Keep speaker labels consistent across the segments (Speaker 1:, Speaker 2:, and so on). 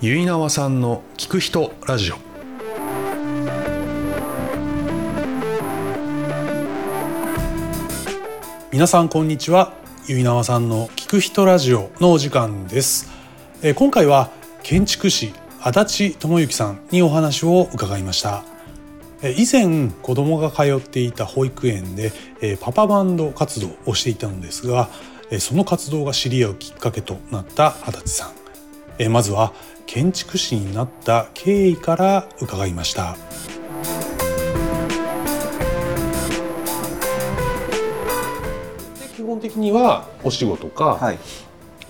Speaker 1: 結菜和さんの聞く人ラジオ皆さんこんにちは結菜和さんの聞く人ラジオのお時間ですえー今回は建築士足立智之さんにお話を伺いましたえー以前子供が通っていた保育園でえーパパバンド活動をしていたのですがえーその活動が知り合うきっかけとなった足立さんえーまずは建築士になった経緯から伺いましたで基本的にはお仕事か、
Speaker 2: はい、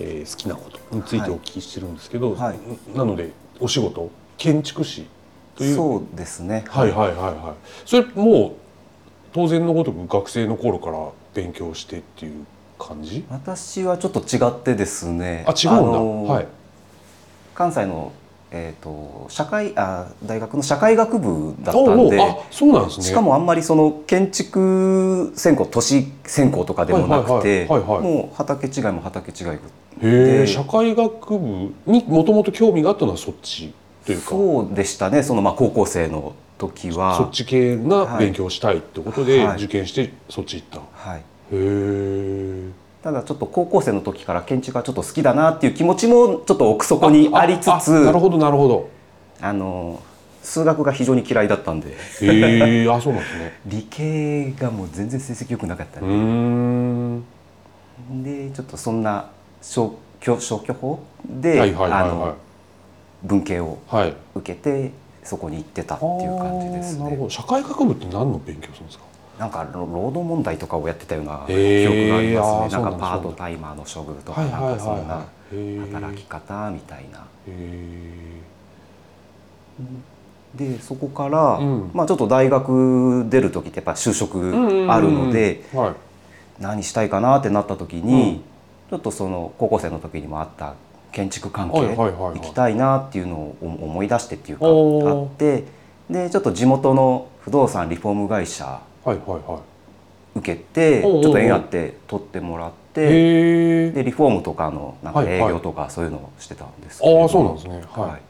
Speaker 1: えー好きなことについてお聞きしてるんですけど、
Speaker 2: はい
Speaker 1: なのでお仕事建築士という
Speaker 2: そうですね。
Speaker 1: はいはいはいはいそれもう当然のごとく学生の頃から勉強してっていう感じ
Speaker 2: 私はちょっと違ってですね。
Speaker 1: あ違うんだ、
Speaker 2: の
Speaker 1: はい
Speaker 2: 関西のえっ、と社会あ大学の社会学部だった
Speaker 1: おうんおう
Speaker 2: で。
Speaker 1: あそうなんですね
Speaker 2: しかもあんまりその建築専攻都市専攻とかでもなくて
Speaker 1: はいはいはいはいはい
Speaker 2: もう畑違いも畑違
Speaker 1: へ
Speaker 2: い
Speaker 1: え
Speaker 2: で
Speaker 1: 社会学部にもともと興味があったのはそっちというか
Speaker 2: そうでしたねそのまあ高校生の時は
Speaker 1: そっち系な
Speaker 2: はい
Speaker 1: 勉強をしたいってことで
Speaker 2: はい
Speaker 1: 受験してそっち行った、
Speaker 2: はい、
Speaker 1: へえ
Speaker 2: ただちょっと高校生の時から建築がちょっと好きだなっていう気持ちもちょっと奥底にありつつ
Speaker 1: なるほどなるほど
Speaker 2: あの数学が非常に嫌いだったんで
Speaker 1: へえあそうなんですね
Speaker 2: 理系がもう全然成績良くなかった
Speaker 1: う
Speaker 2: ね、
Speaker 1: ーん
Speaker 2: でちょっとそんな消去消去法で、
Speaker 1: はいはいはい
Speaker 2: あの
Speaker 1: は
Speaker 2: 文系を
Speaker 1: いはい
Speaker 2: 受けてそこに行ってたって
Speaker 1: あ
Speaker 2: いう感じです
Speaker 1: ーなるほ
Speaker 2: ね
Speaker 1: ど社会学部って何の勉強するんですか
Speaker 2: なんかロ労働問題とかをやってたような記
Speaker 1: へー
Speaker 2: 憶がありますね、
Speaker 1: あーそうな
Speaker 2: な
Speaker 1: んん
Speaker 2: か
Speaker 1: だ
Speaker 2: パートタイマーの処遇とか
Speaker 1: はい
Speaker 2: な
Speaker 1: はい
Speaker 2: んかそんな
Speaker 1: はいはい
Speaker 2: 働き方みたいな
Speaker 1: へえ
Speaker 2: でそこから、
Speaker 1: うん
Speaker 2: まあちょっと大学出る時ってやっぱ就職あるので、
Speaker 1: はい
Speaker 2: 何したいかなってなった時に、ちょっとその高校生の時にもあった建築関係、
Speaker 1: はいはいはいはい
Speaker 2: 行きたいなっていうのを思い出してっていうかあ
Speaker 1: おー
Speaker 2: ってでちょっと地元の不動産リフォーム会社
Speaker 1: はいはいは
Speaker 2: 受けてち
Speaker 1: おうおうおう
Speaker 2: ょっと縁あって取ってもらっ
Speaker 1: い
Speaker 2: て
Speaker 1: へえ
Speaker 2: でリフォームとかのなんか
Speaker 1: はい
Speaker 2: 営
Speaker 1: はい
Speaker 2: 業とかそういうのをしてたんです
Speaker 1: ああそうなんですすね
Speaker 2: はい、
Speaker 1: はい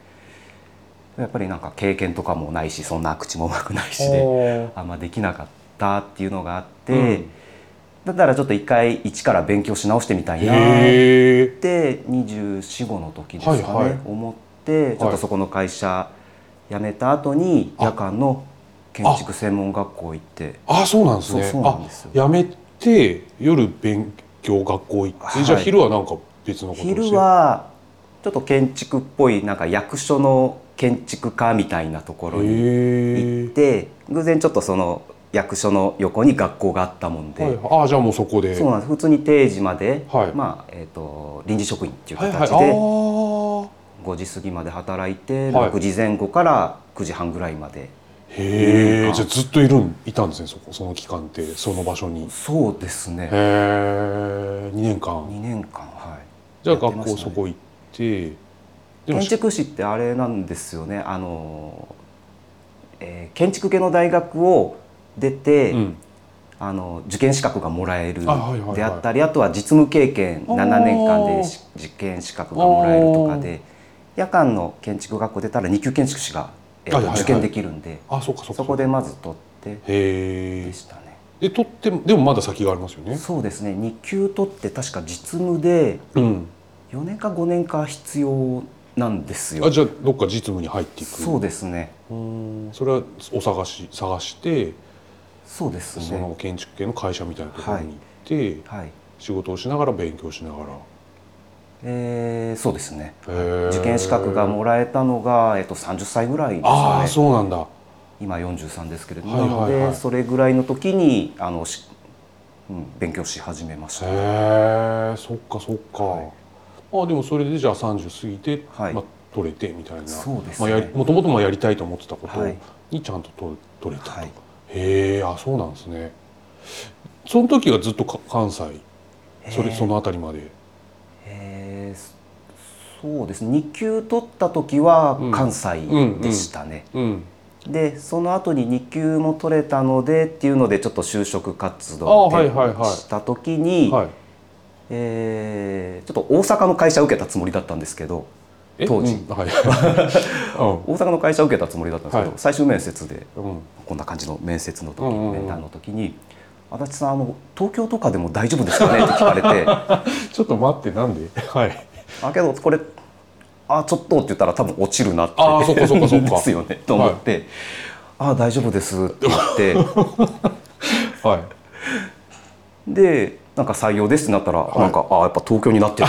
Speaker 2: やっぱりなんか経験とかもないしそんな口もうまくないし
Speaker 1: あ
Speaker 2: で
Speaker 1: ー
Speaker 2: あんまできなかったっていうのがあって、
Speaker 1: うん
Speaker 2: だったらちょっと一回一から勉強し直してみたいなっ
Speaker 1: へえ
Speaker 2: て2425の時ですかね、
Speaker 1: はいはい
Speaker 2: 思ってちょっとそこの会社辞めた後に
Speaker 1: あ
Speaker 2: 夜間の建築専門学校行って
Speaker 1: あそうなんですね
Speaker 2: そうそうなんですよ
Speaker 1: あやめて夜勉強学校行って、
Speaker 2: はい
Speaker 1: じゃあ昼はなんか別のことをして
Speaker 2: 昼はちょっと建築っぽいなんか役所の建築家みたいなところに
Speaker 1: へ
Speaker 2: 行って偶然ちょっとその役所の横に学校があったもん
Speaker 1: え
Speaker 2: で、
Speaker 1: はいあーじゃあもうそこで
Speaker 2: そうなんです普通に定時まで、
Speaker 1: はい
Speaker 2: まあえー、と臨時職員っていう
Speaker 1: はい
Speaker 2: 形で、
Speaker 1: はいああ
Speaker 2: 5時過ぎまで働いて、
Speaker 1: はい
Speaker 2: 6時前後から9時半ぐらいまで
Speaker 1: へ
Speaker 2: う
Speaker 1: え
Speaker 2: ん
Speaker 1: じゃあずっといるんいたんですねそこその期間ってその場所にへ
Speaker 2: そうですね
Speaker 1: え2年間
Speaker 2: 2年間はい
Speaker 1: じゃあ
Speaker 2: やって
Speaker 1: 学
Speaker 2: ました
Speaker 1: 校
Speaker 2: ね
Speaker 1: そこ行ってでも
Speaker 2: 建築士ってあれなんですよねあの、えー建築系の大学を出て、
Speaker 1: うん
Speaker 2: あの受験資格がもらえる
Speaker 1: あはいはいはい
Speaker 2: であったりあとは実務経験
Speaker 1: あー
Speaker 2: 7年間でし実験資格がもらえるとかで夜間の建築学校出たら2級建築士が、えっと
Speaker 1: はいはいはい
Speaker 2: 受験できるんで
Speaker 1: あそうかそうか
Speaker 2: そこでまず取って
Speaker 1: へ
Speaker 2: で
Speaker 1: え
Speaker 2: したね。
Speaker 1: で取ってもでもまだ先がありますよね
Speaker 2: そうですね2級取って確か実務で
Speaker 1: うん
Speaker 2: 4年か5年か必要なんですよ
Speaker 1: あじゃあどっか実務に入っていく
Speaker 2: そうですね
Speaker 1: うーんそれはお探し探して
Speaker 2: そうです
Speaker 1: その
Speaker 2: ね
Speaker 1: 建築系の会社みたいなところに行って、
Speaker 2: はい、
Speaker 1: 仕事をしながら勉強しながら
Speaker 2: えーそうですね
Speaker 1: へー
Speaker 2: 受験資格がもらえたのが、えっと、30歳ぐらいです
Speaker 1: あ
Speaker 2: か
Speaker 1: あ
Speaker 2: ね
Speaker 1: そうなんだ
Speaker 2: 今43ですけれど
Speaker 1: はい
Speaker 2: も、
Speaker 1: はいはい
Speaker 2: なのでそれぐらいの時にあの、しうん、勉強し始めました、
Speaker 1: へえそっかそっか、
Speaker 2: はい
Speaker 1: まあでもそれでじゃあ30過ぎて、
Speaker 2: はい
Speaker 1: まあ、取れてみたいな
Speaker 2: そうです
Speaker 1: ま
Speaker 2: ね
Speaker 1: あ、やりもともともやりたいと思ってたこと
Speaker 2: はい
Speaker 1: にちゃんと取取れたと、
Speaker 2: はい
Speaker 1: へえあそうなんですねその時はずっとか関西それ
Speaker 2: へー
Speaker 1: その辺りまで
Speaker 2: えーそそうですね2級取った時は
Speaker 1: うん
Speaker 2: 関西
Speaker 1: うん
Speaker 2: でしたね、
Speaker 1: うん
Speaker 2: でその後に2級も取れたのでっていうのでちょっと就職活動
Speaker 1: あ
Speaker 2: を
Speaker 1: はいはいはい
Speaker 2: した時に、
Speaker 1: はい
Speaker 2: えーちょっと大阪の会社受けたつもりだったんですけど
Speaker 3: え
Speaker 2: 当時
Speaker 3: うん はい、
Speaker 2: 大阪の会社を受けたつもりだったんですけど、
Speaker 3: はい
Speaker 2: 最終面接で
Speaker 3: うんうん、
Speaker 2: こんな感じの面接の時、
Speaker 3: うんうんうん
Speaker 2: 面談の時に「足立さんあの東京とかでも大丈夫ですかね?」って聞かれ て「
Speaker 3: ちょっと待ってなんではい
Speaker 2: あけどこれあちょっと」って言ったら多分落ちるなって
Speaker 3: あーそっかそっかそっか
Speaker 2: ですよねと思って「あ大丈夫です」って言って
Speaker 3: はい
Speaker 2: でなんか採用ですってなったら、
Speaker 3: い
Speaker 2: なんかあやっぱ東京になってる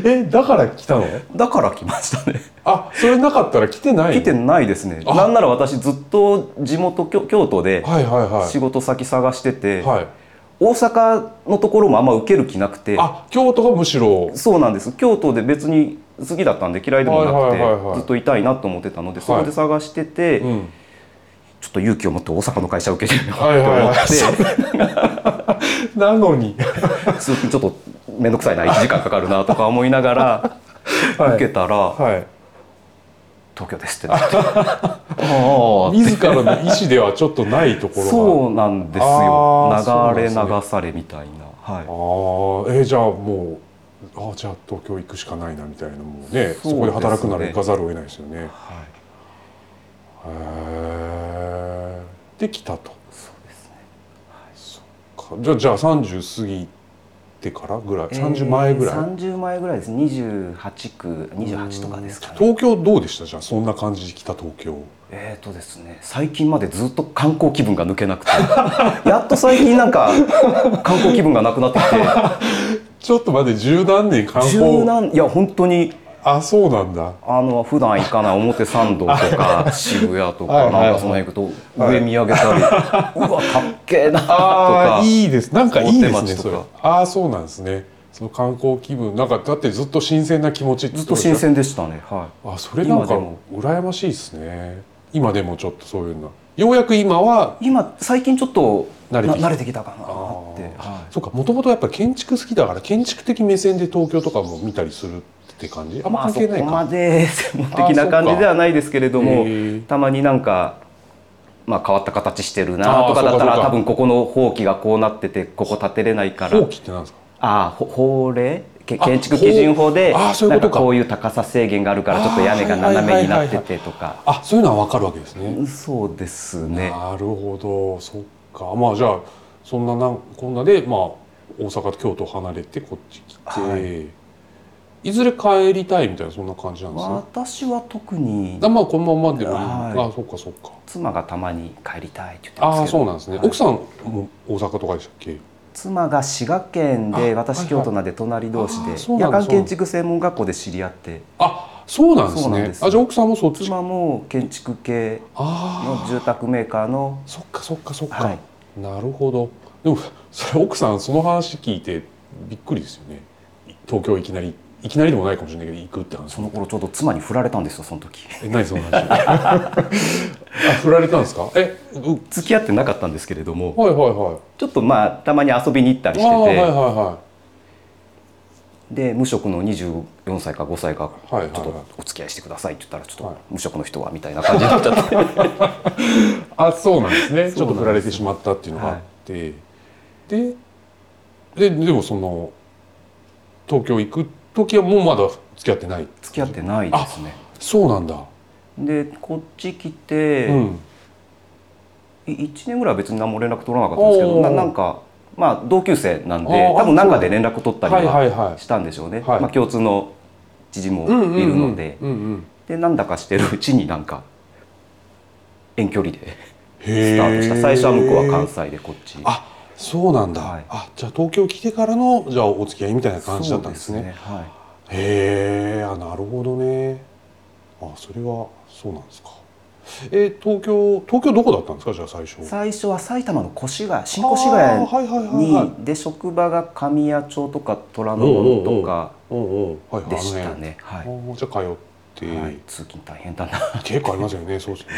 Speaker 2: って
Speaker 3: えだから来たの
Speaker 2: だから来ましたね
Speaker 3: あそれなかったら来てない
Speaker 2: 来てないですね
Speaker 3: あ
Speaker 2: なんなら私ずっと地元京京都で
Speaker 3: はいはいは
Speaker 2: 仕事先探してて、
Speaker 3: いはい
Speaker 2: 大阪のところもあんま受ける気なくて
Speaker 3: あ京都がむしろ
Speaker 2: そうなんです京都で別に好きだったんで嫌いでもなく
Speaker 3: は
Speaker 2: て、
Speaker 3: いはいはいはい
Speaker 2: ずっといたいなと思ってたのでそこで探してて、
Speaker 3: うん
Speaker 2: ちょっと勇気を持って大阪の会社を受けてみようと
Speaker 3: はい
Speaker 2: 思って、
Speaker 3: はいはいなのに
Speaker 2: 通勤ちょっと面倒くさいな1時間かかるなとか思いながら、
Speaker 3: はい
Speaker 2: 受けたら、
Speaker 3: はい
Speaker 2: 東京です」ってなってああ
Speaker 3: 自らの意思ではちょっとないとこ ろが
Speaker 2: そうなんです
Speaker 3: あ
Speaker 2: よ
Speaker 3: ー
Speaker 2: 流れ流
Speaker 3: そうなんで
Speaker 2: されみたいな、はい、
Speaker 3: ああえーじゃあもうあーじゃあ東京行くしかないなみたいなもうね
Speaker 2: そ
Speaker 3: そ
Speaker 2: うですね
Speaker 3: こで働くなら行かざるを得ないですよねへ
Speaker 2: はい
Speaker 3: えで来たと
Speaker 2: そうですね
Speaker 3: かじゃあじゃあ30過ぎてからぐらい、30前ぐらい、
Speaker 2: えー30前ぐらいです28区28とかですかね
Speaker 3: 東京どうでしたじゃあそんな感じで来た東京
Speaker 2: えっ、とですね最近までずっと観光気分が抜けなくて やっと最近なんか観光気分がなくなってきて
Speaker 3: ちょっと待って十何年観
Speaker 2: 十
Speaker 3: 光
Speaker 2: 何いや本当に
Speaker 3: あそうなんだ
Speaker 2: あの普段行かない表参道と か渋谷と
Speaker 3: はいは
Speaker 2: か
Speaker 3: いはい
Speaker 2: なんかその辺行くと上見上げたり、うわかっけえなと
Speaker 3: あ
Speaker 2: か
Speaker 3: あいいですなんかいいで
Speaker 2: 大
Speaker 3: す
Speaker 2: 手
Speaker 3: ね
Speaker 2: 町とか
Speaker 3: それああそうなんですねその観光気分なんかだってずっと新鮮な気持ち
Speaker 2: ずっと新
Speaker 3: ってこでし
Speaker 2: 鮮でしたねは
Speaker 3: ょあそれなんか
Speaker 2: 今でも
Speaker 3: 羨ましいですね今でもちょっとそういうのようやく今はい
Speaker 2: 今最近ちょっとな
Speaker 3: 慣れてきた
Speaker 2: 慣れてきたかなって
Speaker 3: あ
Speaker 2: はい
Speaker 3: そうかもともとやっぱ建築好きだから建築的目線で東京とかも見たりするって感じあんま
Speaker 2: まあ
Speaker 3: 関
Speaker 2: そ
Speaker 3: 係ない
Speaker 2: こ
Speaker 3: か、
Speaker 2: まで専門
Speaker 3: あ
Speaker 2: 的な感じではないですけれども
Speaker 3: へー
Speaker 2: たまになんか、まあ、変わった形してるな
Speaker 3: あー
Speaker 2: とかだった
Speaker 3: そうかそう
Speaker 2: ら
Speaker 3: か
Speaker 2: 多分ここの法規がこうなっててここ建てれないから
Speaker 3: 放棄ってなんですか
Speaker 2: ああほ法令け
Speaker 3: あ
Speaker 2: 建築基準法で
Speaker 3: 法あーそういう
Speaker 2: なん
Speaker 3: こと
Speaker 2: か
Speaker 3: か
Speaker 2: こういう高さ制限があるからちょっと屋根が斜めになっててとか
Speaker 3: あそういうのは分かるわけですね。
Speaker 2: そうですね
Speaker 3: なるほどそっかまあじゃあそんななんこんなで、まあ、大阪と京都を離れてこっち来て、、
Speaker 2: はい
Speaker 3: ずれ帰りたいみたいなそんな感じなんですね。
Speaker 2: 私は特に
Speaker 3: あまあこのままでもいい、
Speaker 2: はい
Speaker 3: あそっかそっか。
Speaker 2: 妻がたまに帰りたいって言ってますけ
Speaker 3: あ
Speaker 2: ど
Speaker 3: あそうなんですね、
Speaker 2: はい
Speaker 3: 奥さんも大阪とかでしたっけ
Speaker 2: 妻が滋賀県で
Speaker 3: あは
Speaker 2: 私
Speaker 3: い
Speaker 2: 京都なんで隣同士
Speaker 3: あー
Speaker 2: で
Speaker 3: そうな
Speaker 2: 夜
Speaker 3: んだ
Speaker 2: 間建築専門学校で知り合って
Speaker 3: あそうなんです
Speaker 2: そう
Speaker 3: ね
Speaker 2: なんです
Speaker 3: あじゃあ奥さんもそっち
Speaker 2: 妻も建築系の
Speaker 3: あ
Speaker 2: 住宅メーカーの
Speaker 3: あそっかそっかそっか、
Speaker 2: はい
Speaker 3: なるほどでもそれ奥さんその話聞いてびっくりですよね東京いきなりいきなりでもないかもしれないけど行くって話
Speaker 2: その頃ちょうど妻に振られたんですよその時
Speaker 3: え何その 話あ振られたんですかえう
Speaker 2: 付き合ってなかったんですけれども
Speaker 3: はいはいは
Speaker 2: ちょっとまあたまに遊びに行ったり
Speaker 3: い
Speaker 2: して
Speaker 3: ああはい
Speaker 2: て、
Speaker 3: はいは
Speaker 2: で無職の24歳か5歳かち
Speaker 3: いは
Speaker 2: ょ
Speaker 3: い
Speaker 2: っ
Speaker 3: はい
Speaker 2: とお付き合いしてくださいって言ったらちょっ
Speaker 3: はい
Speaker 2: と無職の人はみたいな感じだった って
Speaker 3: いあそうなんですねち
Speaker 2: そ
Speaker 3: ょ
Speaker 2: うなんです
Speaker 3: っと振られてしまったっていうのがあって、でででもその東京行く時はもうまだ付き合ってない
Speaker 2: 付き合ってないですね
Speaker 3: そうなんだ
Speaker 2: でこっち来て、
Speaker 3: うん
Speaker 2: 1年ぐらいは別に何も連絡取らなかったんですけ
Speaker 3: おー
Speaker 2: どななんかまあ同級生なん
Speaker 3: あ
Speaker 2: で
Speaker 3: ー
Speaker 2: 多分何かで連絡取ったり
Speaker 3: はいは
Speaker 2: はい
Speaker 3: は
Speaker 2: したんでしょうね、
Speaker 3: はい
Speaker 2: まあ、共通の知人も
Speaker 3: いうんうんうん
Speaker 2: いるので、
Speaker 3: うんうん
Speaker 2: でなんだかしてるうちになんか遠距離で
Speaker 3: へ
Speaker 2: ス
Speaker 3: え
Speaker 2: タートした最初は向こうは関西でこっち
Speaker 3: あそうなんだ、
Speaker 2: はい
Speaker 3: あじゃあ東京来てからのじゃあお付き合いみたいな感じだったんですね
Speaker 2: そうはい
Speaker 3: へえあなるほどねあそれはそうなんですかえー東京東京どこだったんですかじゃあ最初
Speaker 2: 最初は埼玉の越谷新越谷
Speaker 3: あーはいはいはいはい
Speaker 2: にで職場が神谷町とか虎ノ門とか
Speaker 3: うんうんはいはい
Speaker 2: でした
Speaker 3: あの
Speaker 2: ね、は
Speaker 3: 辺
Speaker 2: い
Speaker 3: あーじゃあ通って、
Speaker 2: はい通勤大変だな
Speaker 3: 結構ありますよねそうですね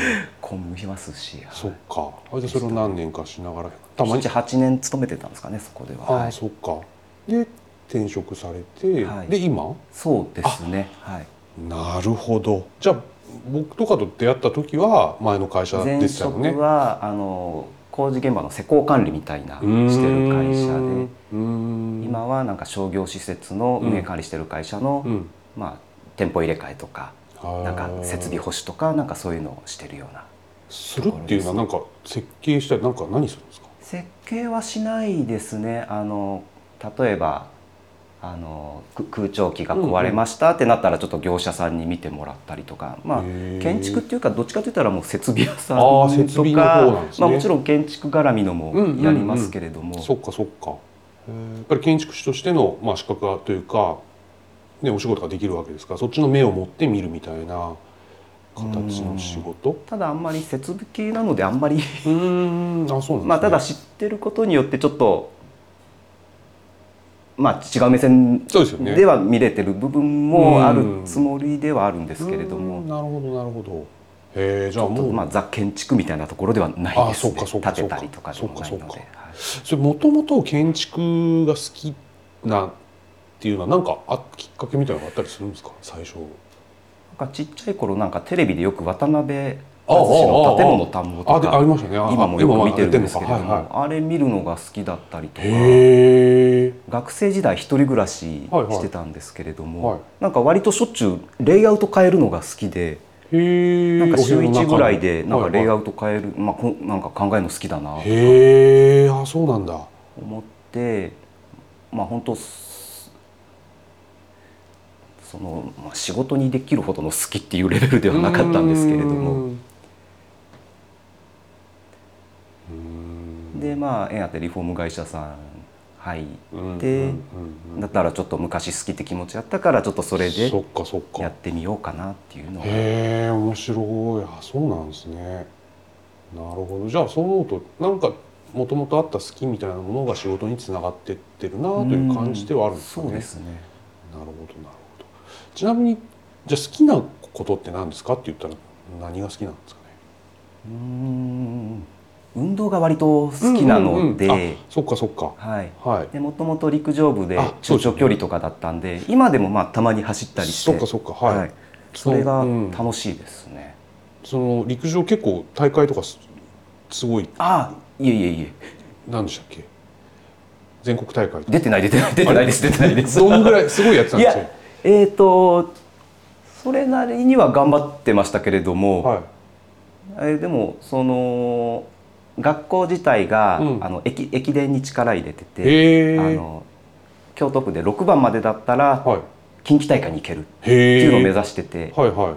Speaker 2: 混みますしはい
Speaker 3: そっかあじゃあそれを何年かしながらたまに
Speaker 2: 78年勤めてたんですかねそこでは
Speaker 3: ああ、
Speaker 2: はい
Speaker 3: そっかで転職されて、
Speaker 2: はい
Speaker 3: で今
Speaker 2: そうですねはい
Speaker 3: なるほどじゃあ僕とかと出会った時は前の会社で
Speaker 2: 前
Speaker 3: したよ
Speaker 2: 職
Speaker 3: ね
Speaker 2: はあの工事現場の施工管理みたいなしてる会社で
Speaker 3: 今
Speaker 2: 今はなんか商業施設の運営管理してる会社の、まあ店舗入れ替えとか
Speaker 3: あー
Speaker 2: なんか設備保守とかなんかそういうのをしてるような
Speaker 3: するっていうのはなんか設計したりなんか何するんですか
Speaker 2: 設計はしないですねあの例えばあのく空調機が壊れましたってなったらちょっと業者さんに見てもらったりとか、まあ
Speaker 3: へー
Speaker 2: 建築っていうかどっちかといったらもう設備屋さん
Speaker 3: あ
Speaker 2: と
Speaker 3: ー
Speaker 2: か
Speaker 3: 設備の方なんですね
Speaker 2: まあ、もちろん建築絡みのも
Speaker 3: うんうんうん
Speaker 2: やりますけれども、
Speaker 3: そっかそっかえーやっぱり建築士としての、まあ、資格がというか、ね、お仕事ができるわけですからそっちの目を持って見るみたいな形の仕事
Speaker 2: ただあんまり設備系なのであんまり、
Speaker 3: うーんあそうなんですね、
Speaker 2: まあ、ただ知ってることによってちょっと、まあ、違う目線
Speaker 3: そうですよね
Speaker 2: では見れてる部分もあ
Speaker 3: う
Speaker 2: る
Speaker 3: ん
Speaker 2: つもりではあるんですけれども
Speaker 3: うーん。なるほどなるほどへえじゃあもう、
Speaker 2: まあ、ザ建築みたいなところではない
Speaker 3: あ
Speaker 2: ですね
Speaker 3: そうかそうか
Speaker 2: 建てたりとかでもないので
Speaker 3: そうかそう
Speaker 2: はい
Speaker 3: それもともと建築が好きなっていうのはなんかあきっかけみたいなのがあったりするんですか最初
Speaker 2: なんかちっちゃい頃なんかテレビでよく渡辺淳
Speaker 3: ああああああ
Speaker 2: の建物探訪と
Speaker 3: あであり
Speaker 2: か
Speaker 3: ましたねあ
Speaker 2: 今もよく見てるんですけれど
Speaker 3: 今
Speaker 2: も、
Speaker 3: はやってんのか
Speaker 2: あれ見るのが好きだったりとか
Speaker 3: はいはい、へえ
Speaker 2: 学生時代一人暮らし
Speaker 3: はいはい
Speaker 2: してたんですけれども、
Speaker 3: はい
Speaker 2: なんか割としょっちゅうレイアウト変えるのが好きで、
Speaker 3: へえ
Speaker 2: なんか週1ぐらいでなんかレイア
Speaker 3: ウ
Speaker 2: ウト変える、まあ、こんなんか考えるの好きだな
Speaker 3: へえあそうなんだ
Speaker 2: 思ってまあ本当すその、まあ、仕事にできるほどの好きっていうレベルではなかったんですけれども
Speaker 3: うーん
Speaker 2: でまあ縁あってリフォーム会社さん入
Speaker 3: うーん
Speaker 2: で
Speaker 3: うんうんうん
Speaker 2: だったらちょっと昔好きって気持ちだったからちょっとそれで
Speaker 3: そっかそっか
Speaker 2: やってみようかなっていうのは
Speaker 3: へえ面白いあそうなんですねなるほどじゃあそう思うとなんかもともとあった好きみたいなものが仕事につながってってるなという感じではあるんですかね
Speaker 2: そうですね
Speaker 3: なるほどなるほどちなみにじゃあ好きなことって何ですかって言ったら何が好きなんですかね
Speaker 2: うーん運動が割と好きなので、
Speaker 3: うんうんうんあそっかそっか
Speaker 2: はい
Speaker 3: はい
Speaker 2: でもともと陸上部で
Speaker 3: あそう
Speaker 2: 中
Speaker 3: です
Speaker 2: 長
Speaker 3: ね
Speaker 2: 距離とかだったんで今でもまあたまに走ったりして
Speaker 3: そっかそっかはい、
Speaker 2: はい、それが
Speaker 3: うん
Speaker 2: 楽しいですね。
Speaker 3: その陸上結構大会とかすすごい
Speaker 2: ああ、いえいえいえ、
Speaker 3: 何でしたっけ全国大会とか
Speaker 2: 出てない出てない出てないです出てないです。
Speaker 3: どのぐらいすごいやってたん
Speaker 2: い
Speaker 3: ですよ
Speaker 2: や、えっ、とそれなりには頑張ってましたけれども、
Speaker 3: はい
Speaker 2: えーでもその学校自体が、
Speaker 3: うん
Speaker 2: あの駅駅伝に力入れてて、
Speaker 3: へえ
Speaker 2: あの京都府で6番までだったら、
Speaker 3: はい
Speaker 2: 近畿大会に行けるっ
Speaker 3: へ
Speaker 2: て
Speaker 3: え
Speaker 2: いうのを目指してて、
Speaker 3: はいはい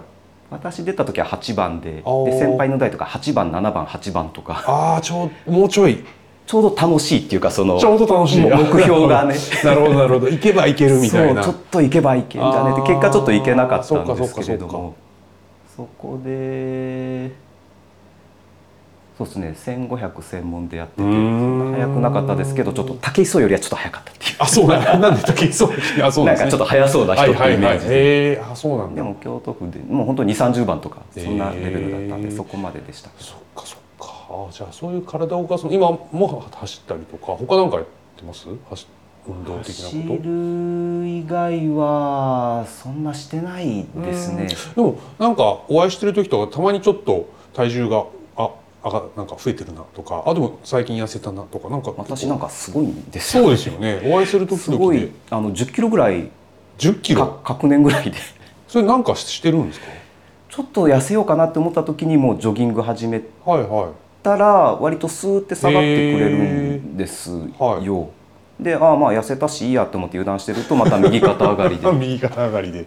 Speaker 2: 私出た時は8番で、で
Speaker 3: あー
Speaker 2: 先輩の代とか8番7番8番とか、
Speaker 3: ああちょうもうちょい
Speaker 2: ちょうど楽しいっていうかその
Speaker 3: ちょうど楽しい
Speaker 2: もう目標が ね。
Speaker 3: なるほどなるほど行けば行けるみたいな
Speaker 2: そうちょっと行けば行けんじゃねって
Speaker 3: あー
Speaker 2: 結果ちょっと行けなかったんですけれど
Speaker 3: そう
Speaker 2: もそこでそうですね1500専門でやってて
Speaker 3: うーん
Speaker 2: 早くなかったですけどちょっと武井壮よりはちょっと早かったっていう
Speaker 3: あそ うなんなんで時計そうあそう
Speaker 2: な
Speaker 3: なんん
Speaker 2: か
Speaker 3: ですね
Speaker 2: ちょっと早そうな人っていうイメ
Speaker 3: は
Speaker 2: ー
Speaker 3: いはいは
Speaker 2: ジ
Speaker 3: い
Speaker 2: で
Speaker 3: へえあそうなん
Speaker 2: で
Speaker 3: だ
Speaker 2: も京都府でもう本当に2 3 0番とかそんなレベルだったん
Speaker 3: へ
Speaker 2: で
Speaker 3: ー
Speaker 2: そこまででした
Speaker 3: そっかそっかあーじゃあそういう体を動かすの今も走ったりとか他なんかやってます走運動的
Speaker 2: 走
Speaker 3: なこと
Speaker 2: る以外はそんなしてないですね
Speaker 3: でもなんかお会いしてる時とかたまにちょっと体重がああがなんか増えてるなとかあでも最近痩せたなとかなんか
Speaker 2: 私なんかすごいんですよ
Speaker 3: そうですよねお会いする時
Speaker 2: すご
Speaker 3: 々
Speaker 2: い
Speaker 3: で
Speaker 2: あの10キロぐらい
Speaker 3: 10キ
Speaker 2: か
Speaker 3: ロ
Speaker 2: 隔年ぐらいで
Speaker 3: それなんかしてるんですか
Speaker 2: ちょっと痩せようかなって思った時にもうジョギング始め
Speaker 3: はいは
Speaker 2: たら割とスーって下がってくれるんですよ、
Speaker 3: ー
Speaker 2: でああまあ痩せたしいいやと思って油断してるとまた右肩上がりで
Speaker 3: い右肩上がりで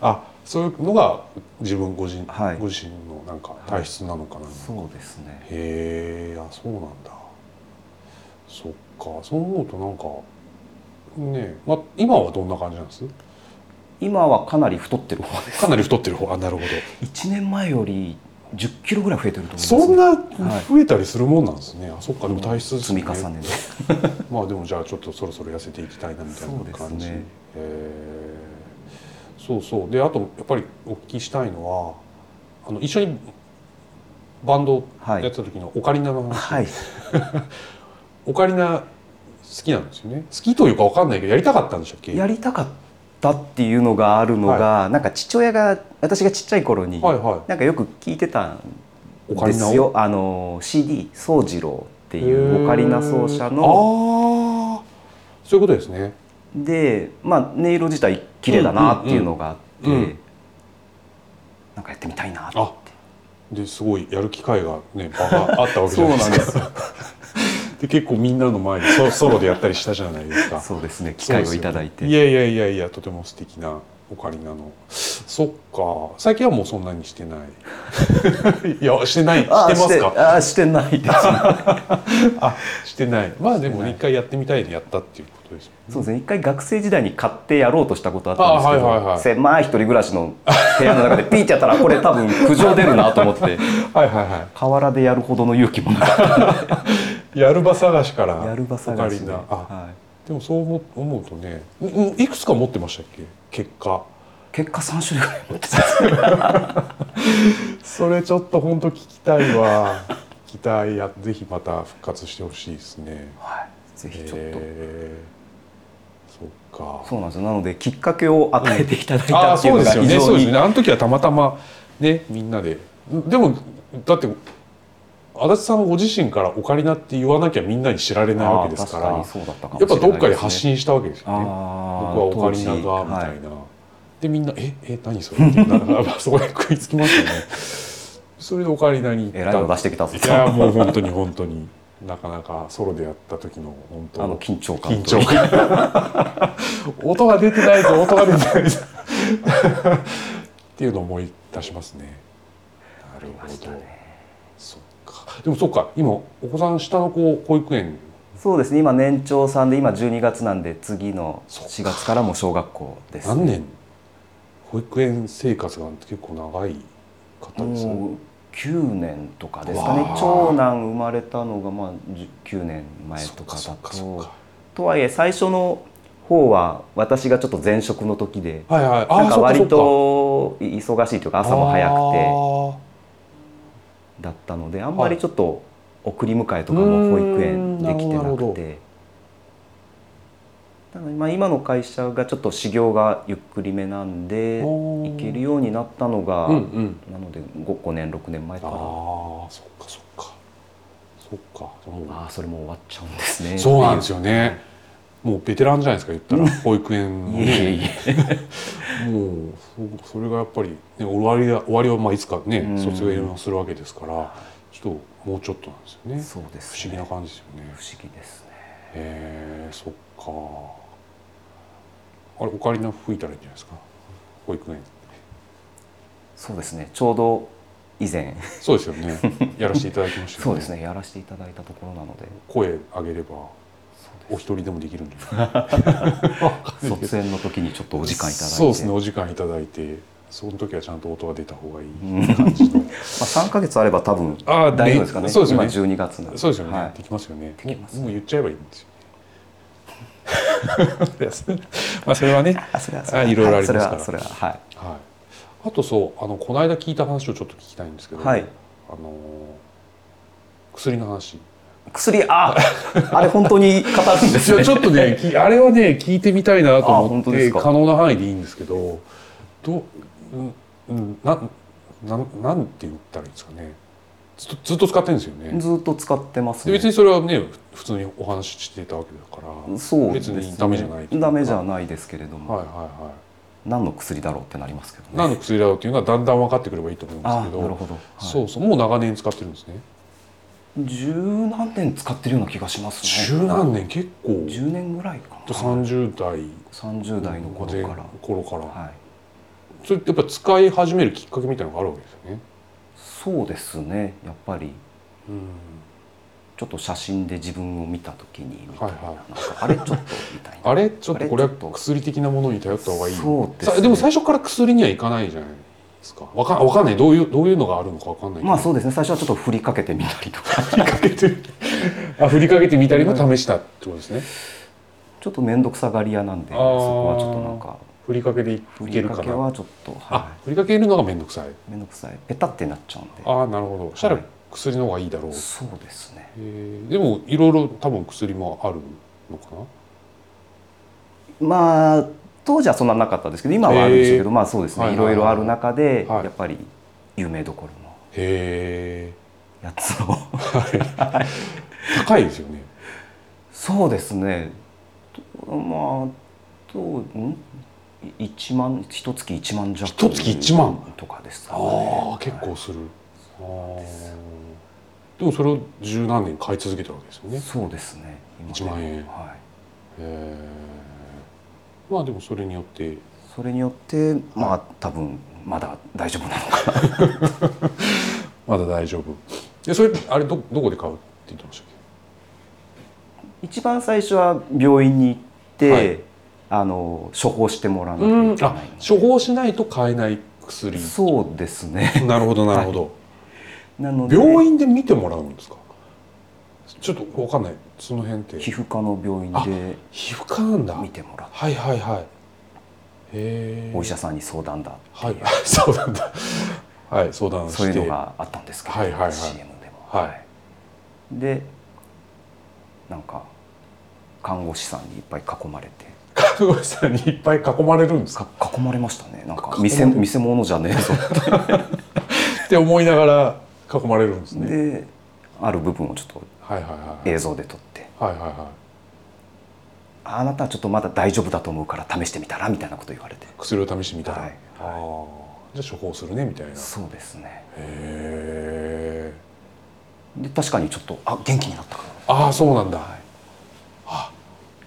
Speaker 3: あそういうのが自分ご自,、
Speaker 2: はい
Speaker 3: ご自身のなんか体質なのかな、
Speaker 2: そうですね
Speaker 3: へえあそうなんだそっかそう思うとなんかねえ、まあ、今はどんな感じなんです
Speaker 2: 今はかなり太ってる方です
Speaker 3: かなり太ってる方あなるほど
Speaker 2: 1年前より10キロぐらい増えてると思います、ね、
Speaker 3: そんな
Speaker 2: はい
Speaker 3: 増えたりするもんなんですね。あ、そっか、でも体質です
Speaker 2: 積
Speaker 3: ね
Speaker 2: み重ねで
Speaker 3: まあ、でも、じゃあ、ちょっとそろそろ痩せていきたいなみたいな
Speaker 2: そうですね
Speaker 3: 感じ。ええそうそう、で、あと、やっぱりお聞きしたいのは。あの、一緒に。バンドやってた時のオカリナの話、
Speaker 2: はい
Speaker 3: オカリナ。好きなんですよね。好きというか、わかんないけど、やりたかったんでしたっけ。
Speaker 2: やりたかったっていうのがあるのが、なんか父親が私がちっちゃい頃に、
Speaker 3: はいは
Speaker 2: なんかよく聞いてたん
Speaker 3: オカリ
Speaker 2: で
Speaker 3: ナを
Speaker 2: すよあの CD「宗次郎」って
Speaker 3: い。
Speaker 2: いうオカリナ奏者の
Speaker 3: の。ああ。そういうことですね。
Speaker 2: で、まあ、音色自体綺麗だなっていうのがあって、
Speaker 3: うんうんうん
Speaker 2: なんかやってみたいなって
Speaker 3: あですごいやる機会がね場があったわけじ
Speaker 2: そ
Speaker 3: ゃ
Speaker 2: う
Speaker 3: ないで
Speaker 2: な
Speaker 3: す
Speaker 2: ん
Speaker 3: か
Speaker 2: です
Speaker 3: で結構みんなの前でソソロでやったりしたじゃないですか
Speaker 2: そうですね機会をいただいて、
Speaker 3: いやいやいやいやとても素敵なオカリナのそっか最近はもうそんなにしてない いやしてないして
Speaker 2: あー
Speaker 3: ますか
Speaker 2: あーしてないですね
Speaker 3: あしてないまあで
Speaker 2: して
Speaker 3: も
Speaker 2: ない
Speaker 3: 一回やってみたいでやったっていうことです
Speaker 2: そうですね一回学生時代に買ってやろうとしたことあったんですけど、
Speaker 3: あはいはいはい
Speaker 2: 狭い一人暮らしの部屋の 中でピーってやったらこれ多分苦情出るなと思って
Speaker 3: はいはいは
Speaker 2: 河原でやるほどの勇気もなかっ
Speaker 3: いやる場探しから
Speaker 2: たやる場探し
Speaker 3: オカリ
Speaker 2: で、
Speaker 3: ナあ
Speaker 2: はい、
Speaker 3: でもそう思思うとねうういくつか持ってましたっけ結果
Speaker 2: 結果3種類ぐらい持ってた
Speaker 3: それちょっと本当聞きたいわ 聞きたいやぜひまた復活してほしいですね
Speaker 2: はい、ぜひちょっと、
Speaker 3: えー、そっか
Speaker 2: そうなんですよなのできっかけを与えていただいた
Speaker 3: あー
Speaker 2: っていう
Speaker 3: そう
Speaker 2: の
Speaker 3: です
Speaker 2: が
Speaker 3: よ
Speaker 2: 非
Speaker 3: ねそ
Speaker 2: 常
Speaker 3: うで
Speaker 2: に、
Speaker 3: すねあの時はたまたまねみんなででもだって足立さんご自身から「オカリナ」って言わなきゃみんなに知られない
Speaker 2: あ
Speaker 3: わ
Speaker 2: ー
Speaker 3: けですか
Speaker 2: 確
Speaker 3: ら
Speaker 2: かにそうだったかもしれ
Speaker 3: やっ
Speaker 2: な
Speaker 3: ぱ
Speaker 2: い
Speaker 3: どっかで発信したわけですよね僕
Speaker 2: あ
Speaker 3: は
Speaker 2: ー
Speaker 3: オカリナ
Speaker 2: 当
Speaker 3: が
Speaker 2: 時
Speaker 3: みた
Speaker 2: は
Speaker 3: いな、でみんな「ええ何それ?」ってなる そこで食いつきますよねそれでオカリナに行った
Speaker 2: えらいの出してきたぞ
Speaker 3: いやもう本当に本当になかなかソロでやった時の本当
Speaker 2: あの緊張感
Speaker 3: 緊張感 音が出てないぞ音が出てないぞっていうのを思い出しますねな
Speaker 2: あ
Speaker 3: る
Speaker 2: りま
Speaker 3: ほ
Speaker 2: した
Speaker 3: ど、
Speaker 2: ね
Speaker 3: そっかでもそっか今お子さん下の子保育園
Speaker 2: そうですね今年長さんで今12月なんで次の
Speaker 3: そっか
Speaker 2: 4月からもう小学校です、
Speaker 3: 何年保育園生活が結構長い方ですね
Speaker 2: もう9年とかですかね
Speaker 3: わあ
Speaker 2: 長男生まれたのがまあ9年前とか
Speaker 3: そ
Speaker 2: だ
Speaker 3: っかそっ
Speaker 2: と
Speaker 3: か
Speaker 2: とはいえ最初の方は私がちょっと前職の時で
Speaker 3: はいはいあー
Speaker 2: なんか
Speaker 3: そっそっ
Speaker 2: 割と忙しいというか朝も早くてだったのであんまりちょっと送り迎えとかも保育園できて
Speaker 3: うーんなる
Speaker 2: な
Speaker 3: ほど
Speaker 2: くてなのでまあ今の会社がちょっと始業がゆっくりめなんで
Speaker 3: おー
Speaker 2: 行けるようになったの
Speaker 3: あ
Speaker 2: が、
Speaker 3: ーうんうん
Speaker 2: なので 5, 5年6年前
Speaker 3: あ
Speaker 2: からあ
Speaker 3: あそっかそっかそっかじゃあもう
Speaker 2: あーそれもう終わっちゃうんですね
Speaker 3: そうなんです
Speaker 2: よ
Speaker 3: よね。もうベテランじゃないですか言ったら保育園の
Speaker 2: いえい
Speaker 3: ね。
Speaker 2: えいえ
Speaker 3: もうそそれがやっぱり、ね、終わりは終わりはまあいつか
Speaker 2: う
Speaker 3: ね
Speaker 2: ん
Speaker 3: 卒業するわけですからちょっともうちょっとなんですよね。
Speaker 2: そうです
Speaker 3: 不思議
Speaker 2: ね
Speaker 3: な感じですよね。
Speaker 2: 不思議ですね
Speaker 3: へえそっか。あれオカリナ吹いたらいいんじゃないですか保育園。
Speaker 2: そうですねちょうど以前
Speaker 3: そうですよね。やらせていただきましたよね。
Speaker 2: そうですねやらせていただいたところなの で
Speaker 3: 声上げればお一人でもできるんじゃない
Speaker 2: 卒園の時にちょっとお時間いただいて
Speaker 3: そうですねお時間いただいてその時はちゃんと音が出た方がいい感 じの
Speaker 2: まあ、3ヶ月あれば多分
Speaker 3: あー
Speaker 2: 大丈夫ですかね
Speaker 3: ねそうですよね
Speaker 2: 今12月なん
Speaker 3: そうですよね、
Speaker 2: はい
Speaker 3: できますよね
Speaker 2: できます
Speaker 3: もうもう言っちゃえばいいんですよ ねまあそれはね
Speaker 2: あそれは
Speaker 3: あいろいろありますから
Speaker 2: はいそれはそれははい
Speaker 3: はいあとそうあのこの間聞いた話をちょっと聞きたいんですけど、
Speaker 2: はい
Speaker 3: あのー薬の話
Speaker 2: 薬ああれ本当に語るんです
Speaker 3: いや
Speaker 2: ね
Speaker 3: ちょっとね きあれはね聞いてみたいなと
Speaker 2: あ
Speaker 3: 思
Speaker 2: 本
Speaker 3: っ
Speaker 2: 当で
Speaker 3: て
Speaker 2: すか
Speaker 3: 可能な範囲でいいんですけどどう、うんうん、なななんて言ったらいいんですかねずっとずっと使ってるんですよね
Speaker 2: ずっと使ってます
Speaker 3: で別にそれはねふ普通にお話ししてたわけだから
Speaker 2: そうです
Speaker 3: 別
Speaker 2: ね
Speaker 3: にダメじゃないというか
Speaker 2: ダメじゃないですけれども、
Speaker 3: はいはいは
Speaker 2: 何の薬だろうってなりますけど
Speaker 3: い
Speaker 2: ね
Speaker 3: 何の薬だろうっていうのはだんだん分かってくればいいと思うんです
Speaker 2: あ
Speaker 3: け
Speaker 2: ー
Speaker 3: ど
Speaker 2: なるほど、はい
Speaker 3: そうそうもう長年使ってるんですね
Speaker 2: 十何年使ってるような気がしますね
Speaker 3: 十何年結構ずっ
Speaker 2: 10年ぐらいか
Speaker 3: と
Speaker 2: な
Speaker 3: 30代
Speaker 2: 30代の頃から、
Speaker 3: 頃から、
Speaker 2: はい、
Speaker 3: それってやっぱ使い始めるきっかけみたいなのがあるわけですよね
Speaker 2: そうですねやっぱり
Speaker 3: うん
Speaker 2: ちょっと写真で自分を見た時にみたいな,、
Speaker 3: はい
Speaker 2: な
Speaker 3: は
Speaker 2: んかあれちょっとみたいな
Speaker 3: あれちょっ
Speaker 2: あれ
Speaker 3: とこれは
Speaker 2: ちょっと
Speaker 3: 薬的なものに頼った方がいい
Speaker 2: そうですね
Speaker 3: さでも最初から薬にはいかないじゃないですかわかわかんないどういうどういうのがあるのかわかんない
Speaker 2: まあ
Speaker 3: う
Speaker 2: そうですね最初はちょっと振りかけてみたりとか
Speaker 3: 振りかけて あ振りかけてみたりも試したってことですね
Speaker 2: ちょっと面倒くさがり屋なんでそ
Speaker 3: あー
Speaker 2: こはちょっとなんか
Speaker 3: 振りかけでい
Speaker 2: 振
Speaker 3: け
Speaker 2: り
Speaker 3: る
Speaker 2: か
Speaker 3: か
Speaker 2: け
Speaker 3: な
Speaker 2: はちょっとは
Speaker 3: あ振りかけるのが面倒くさ
Speaker 2: い
Speaker 3: い
Speaker 2: 面倒くさいペタってなっちゃうんで
Speaker 3: ああなるほどしたら
Speaker 2: はい
Speaker 3: 薬の方がいいだろう、
Speaker 2: そうですね
Speaker 3: えーでもいろいろ多分薬もあるのかな
Speaker 2: まあ当時はそんななかったですけど今はあるんでしょうけど、まあそうです
Speaker 3: は
Speaker 2: ね
Speaker 3: い
Speaker 2: い
Speaker 3: はいは
Speaker 2: ろ
Speaker 3: い
Speaker 2: いろある中で、
Speaker 3: はい
Speaker 2: やっぱり有名どころの
Speaker 3: へえ
Speaker 2: やつを
Speaker 3: 高いですよね
Speaker 2: そうですねとまあとん1万一月1万弱
Speaker 3: 一月1万
Speaker 2: とかですかね
Speaker 3: ああ結構する、あーでもそれを十何年買い続けてるわけですよね
Speaker 2: そうですね今
Speaker 3: 1万円
Speaker 2: は
Speaker 3: えーまあでもそれによって
Speaker 2: い、それによってまあ多分まだ大丈夫なのか
Speaker 3: まだ大丈夫でそれあれどどこで買うって言ってましたっ
Speaker 2: 一番最初は病院に行って、
Speaker 3: はい
Speaker 2: あの処方してもらわな
Speaker 3: け
Speaker 2: きゃいけ
Speaker 3: あ
Speaker 2: ないので
Speaker 3: 処方しないと買えない 薬
Speaker 2: そうですね
Speaker 3: なるほどなるほど、
Speaker 2: なので
Speaker 3: 病院で見てもらうんですかちょっとわかんないその辺って
Speaker 2: 皮膚科の病院
Speaker 3: 皮膚科なんだ
Speaker 2: で見てもらう
Speaker 3: はいはいはいへえ
Speaker 2: お医者さんに相談だって
Speaker 3: はい
Speaker 2: いう、
Speaker 3: あそうなんだはい相談して
Speaker 2: そういうのがあったんですけど、
Speaker 3: はいはいはい
Speaker 2: CM でも、
Speaker 3: はい
Speaker 2: でなんか看護師さんにいっぱい囲まれて
Speaker 3: 看護師さんにいっぱい囲まれるんですか
Speaker 2: か囲まれましたねなんか
Speaker 3: まれ
Speaker 2: 見せ見せ物じゃねえ ぞっ
Speaker 3: って思いながら囲まれるんです
Speaker 2: て、
Speaker 3: ね
Speaker 2: である部分をちょっと
Speaker 3: はいはいはい
Speaker 2: 映像で撮って
Speaker 3: はいはいはい
Speaker 2: あなたはちょっとまだ大丈夫だと思うから試してみたらみたいなこと言われて
Speaker 3: 薬を試してみたら、
Speaker 2: はい
Speaker 3: ああじゃあ処方するねみたいなへ
Speaker 2: そうですね
Speaker 3: え
Speaker 2: で確かにちょっとあ元気になったかな
Speaker 3: ああそうなんだ、あ